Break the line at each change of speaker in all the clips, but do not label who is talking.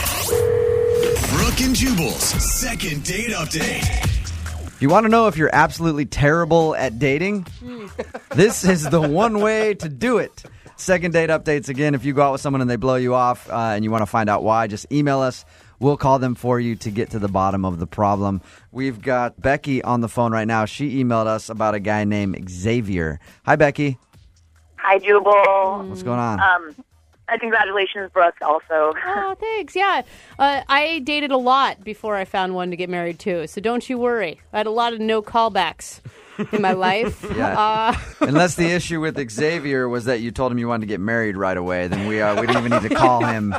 92.5. Brooke and Jubal's second date update.
You want to know if you're absolutely terrible at dating? this is the one way to do it. Second date updates again. If you go out with someone and they blow you off uh, and you want to find out why, just email us. We'll call them for you to get to the bottom of the problem. We've got Becky on the phone right now. She emailed us about a guy named Xavier. Hi, Becky.
Hi, Jubal.
What's going on?
Um, and congratulations, Brooke, also.
Oh, thanks. Yeah. Uh, I dated a lot before I found one to get married to, so don't you worry. I had a lot of no callbacks in my life.
Yeah.
Uh,
Unless the issue with Xavier was that you told him you wanted to get married right away, then we uh, we didn't even need to call him.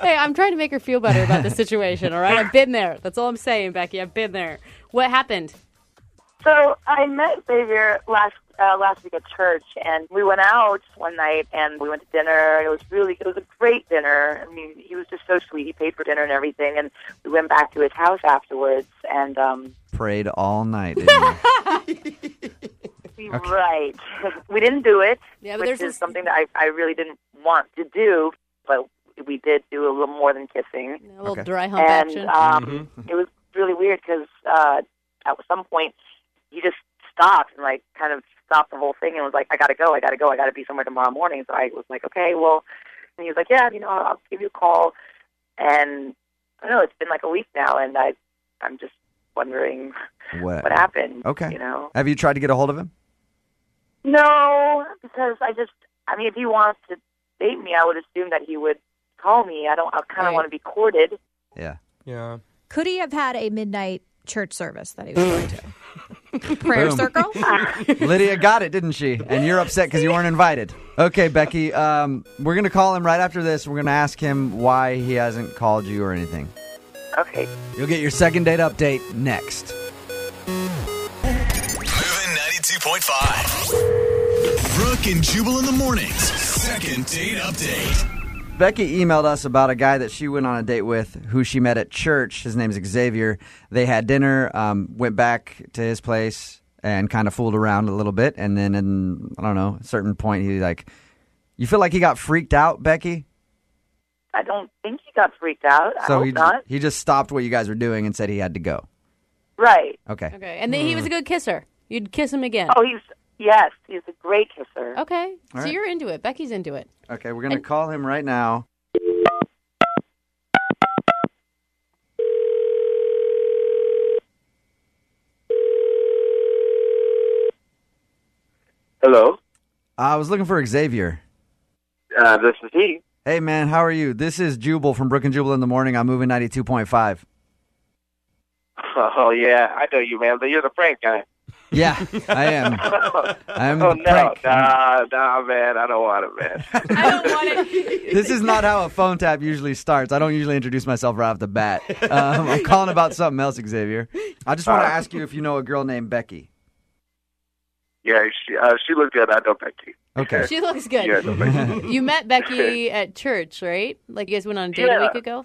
hey, I'm trying to make her feel better about the situation, all right? I've been there. That's all I'm saying, Becky. I've been there. What happened?
So I met Xavier last uh, last week at church, and we went out one night, and we went to dinner. It was really, it was a great dinner. I mean, he was just so sweet. He paid for dinner and everything, and we went back to his house afterwards. And um,
Prayed all night. didn't you?
we- right, we didn't do it,
Yeah, but
which
there's
is
this-
something that I, I really didn't want to do, but we did do a little more than kissing.
A little
Okay.
dry hump action.
and um, it was really weird because uh, at some point he just stopped and like kind of stopped the whole thing and was like, "I gotta go, I gotta go, I gotta be somewhere tomorrow morning." So I was like, "Okay, well," and he was like, "Yeah, you know, I'll give you a call." And I don't know it's been like a week now, and I I'm just wondering
What?
what happened.
Uh, Okay.
you know,
Have you tried to get a hold of him?
no, because I just I mean, if he wants to date me, I would assume that he would call me. I don't. I kind of
Right.
want to be courted.
Yeah.
Yeah.
Could he have had a midnight church service that he was going to? Prayer
Boom.
circle?
Lydia got it, didn't she? And you're upset because you weren't invited. Okay, Becky. Um, we're gonna call him right after this. We're gonna ask him why he hasn't called you or anything.
Okay.
You'll get your second date update next.
Moving 92.5. Brooke and Jubal in the mornings. Second date update.
Becky emailed us about a guy that she went on a date with who she met at church. His name's Xavier. They had dinner, um, went back to his place and kind of fooled around a little bit. And then, in, I don't know, a certain point, he like, you feel like he got freaked out, Becky?
I don't think he got freaked out. I hope
he,
not.
he just stopped what you guys were doing and said he had to go.
Right.
Okay.
okay. And then he was a good kisser. You'd kiss him again.
Oh, he's yes, he's a great kisser.
Okay.
All
So
right.
you're into it. Becky's into it.
Okay, we're going to call him right now.
Hello,
Uh, I was looking for Xavier.
uh, this is he.
Hey, man, how are you? This is Jubal from Brook and Jubal in the Morning. I'm moving 92.5.
Oh yeah, I know you, man. But you're the prank guy.
Yeah, I am. I'm
oh
the
no,
prank.
nah, nah, man, I don't want it, man.
I don't want it.
this is not how a phone tap usually starts. I don't usually introduce myself right off the bat. Um, I'm calling about something else, Xavier. I just want to ask you if you know a girl named Becky.
yeah, she, uh, she looked good. I know Becky.
Okay.
She looks good.
Yeah, I know Becky.
You met Becky at church, right? Like you guys went on a date a
Yeah.
week ago?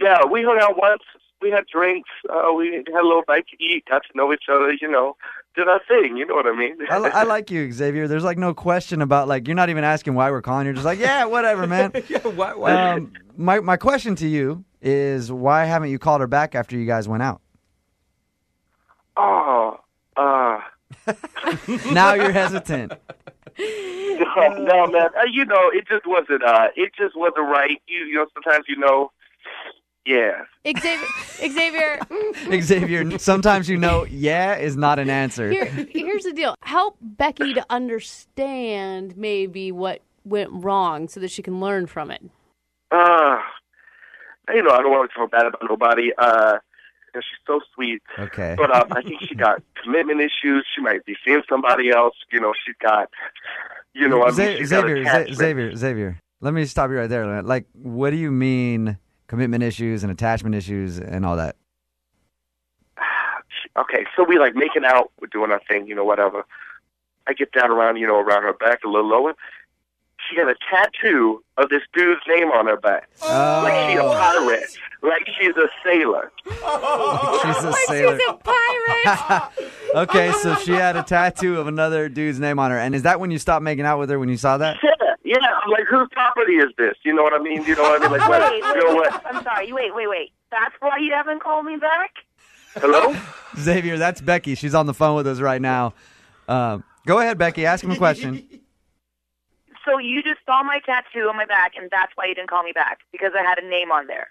yeah, we hung out once. We had drinks. Uh, we had a little bite to eat. Got to know each other. You know, did our thing. You know what I mean?
I, li- I like you, Xavier. There's like no question about like you're not even asking why we're calling. You're just like, yeah, whatever, man.
Yeah. Why? why?
Um, my my question to you is why haven't you called her back after you guys went out?
oh, uh,
Now you're hesitant.
no, no, man. Uh, you know, it just wasn't. Uh, it just wasn't right. You, you know, sometimes you know. Yeah.
Xavier, Xavier
Xavier, sometimes you know, yeah is not an answer.
here, here's the deal. Help Becky to understand maybe what went wrong so that she can learn from it.
Uh, you know, I don't want to feel bad about nobody. Uh, you know, she's so sweet.
Okay.
But um, I think she got commitment issues. She might be seeing somebody else. You know, she's got, you know, I mean,
Xa-
she's got
Xavier, Xa-
attachment.
Xavier, Xavier. Let me stop you right there. Lynette. Like, what do you mean commitment issues and attachment issues and all that?
Okay, so we like making out, we're doing our thing, you know, whatever. I get down around, you know, around her back a little lower. She had a tattoo of this dude's name on her back. Like she's a pirate. Like she's a sailor.
Oh, she's a sailor.
pirate.
okay, so she had a tattoo of another dude's name on her. And is that when you stopped making out with her when you saw that?
Yeah, Yeah, I'm like, whose property is this? You know what I mean? You know what I mean? Like, what?
wait,
You know
wait, wait.
what?
I'm sorry. You wait, wait, wait. That's why you haven't called me back.
Hello?
Xavier, that's Becky. She's on the phone with us right now. Um, go ahead, Becky. Ask him a question.
So you just saw my tattoo on my back, and that's why you didn't call me back because I had a name on there.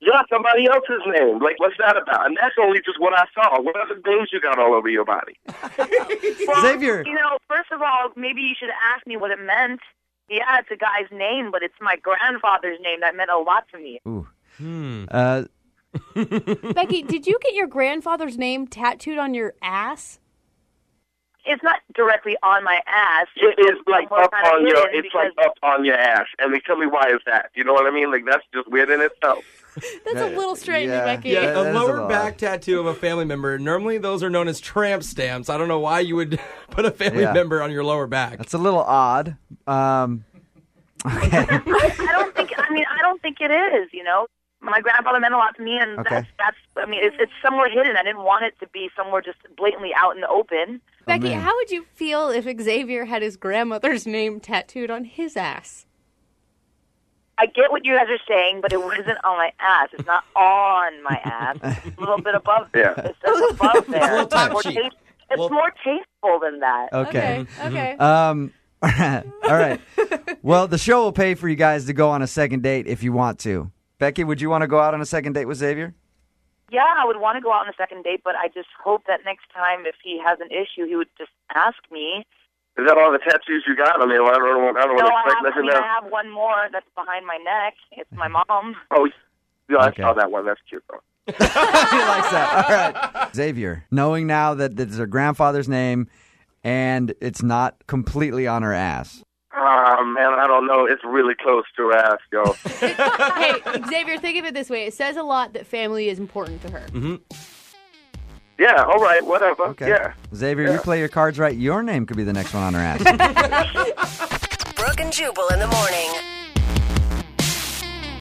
Yeah, somebody else's name. Like, what's that about? And that's only just what I saw. What other things you got all over your body?
Well,
Xavier.
You know, first of all, maybe you should ask me what it meant. Yeah, it's a guy's name, but it's my grandfather's name that meant a lot to me.
Ooh. Uh,
Becky, did you get your grandfather's name tattooed on your ass?
It's not directly on my ass.
It is like
Well,
up
kinda
on your.
hidden
It's
because-
like up on your ass. And like, tell me why is that? You know what I mean? Like, that's just weird in itself.
That's a little strange,
yeah.
Becky.
Yeah.
Yeah.
that
a
is a
lower
lot.
back tattoo of a family member. Normally, those are known as tramp stamps. I don't know why you would put a family
Yeah.
member on your lower back.
that's a little odd. Um,
I don't think. I mean, I don't think it is. You know, my grandfather meant a lot to me, and
Okay.
that's, that's. I mean, it's, it's somewhere hidden. I didn't want it to be somewhere just blatantly out in the open.
Becky,
Oh, man.
how would you feel if Xavier had his grandmother's name tattooed on his ass?
I get what you guys are saying, but it wasn't on my ass. It's not on my ass. It's a little bit above.
Yeah.
It's just above there.
little
It's more
touchy.
taste- It's
Well-
more tasteful than that.
Oh. okay.
Okay. okay.
Um, all right. Well, the show will pay for you guys to go on a second date if you want to. Becky, would you want to go out on a second date with Xavier?
Yeah, I would want to go out on a second date, but I just hope that next time, if he has an issue, he would just ask me.
Is that all the tattoos you got? I mean, I don't want. I don't
No, I
want to
have.
expect
I
nothing
mean, I
else.
have one more that's behind my neck. It's my mom.
Oh, yeah, I
Okay.
saw that one. That's cute though.
he likes that. All right. Xavier, knowing now that it's her grandfather's name and it's not completely on her ass.
Ah, man, I don't know. It's really close to her ass, yo.
hey, Xavier, think of it this way. It says a lot that family is important to her.
yeah. All right. Whatever.
Okay.
Yeah.
Xavier, you play your cards right. Your name could be the next one on her ass.
Brooke and Jubal in the morning.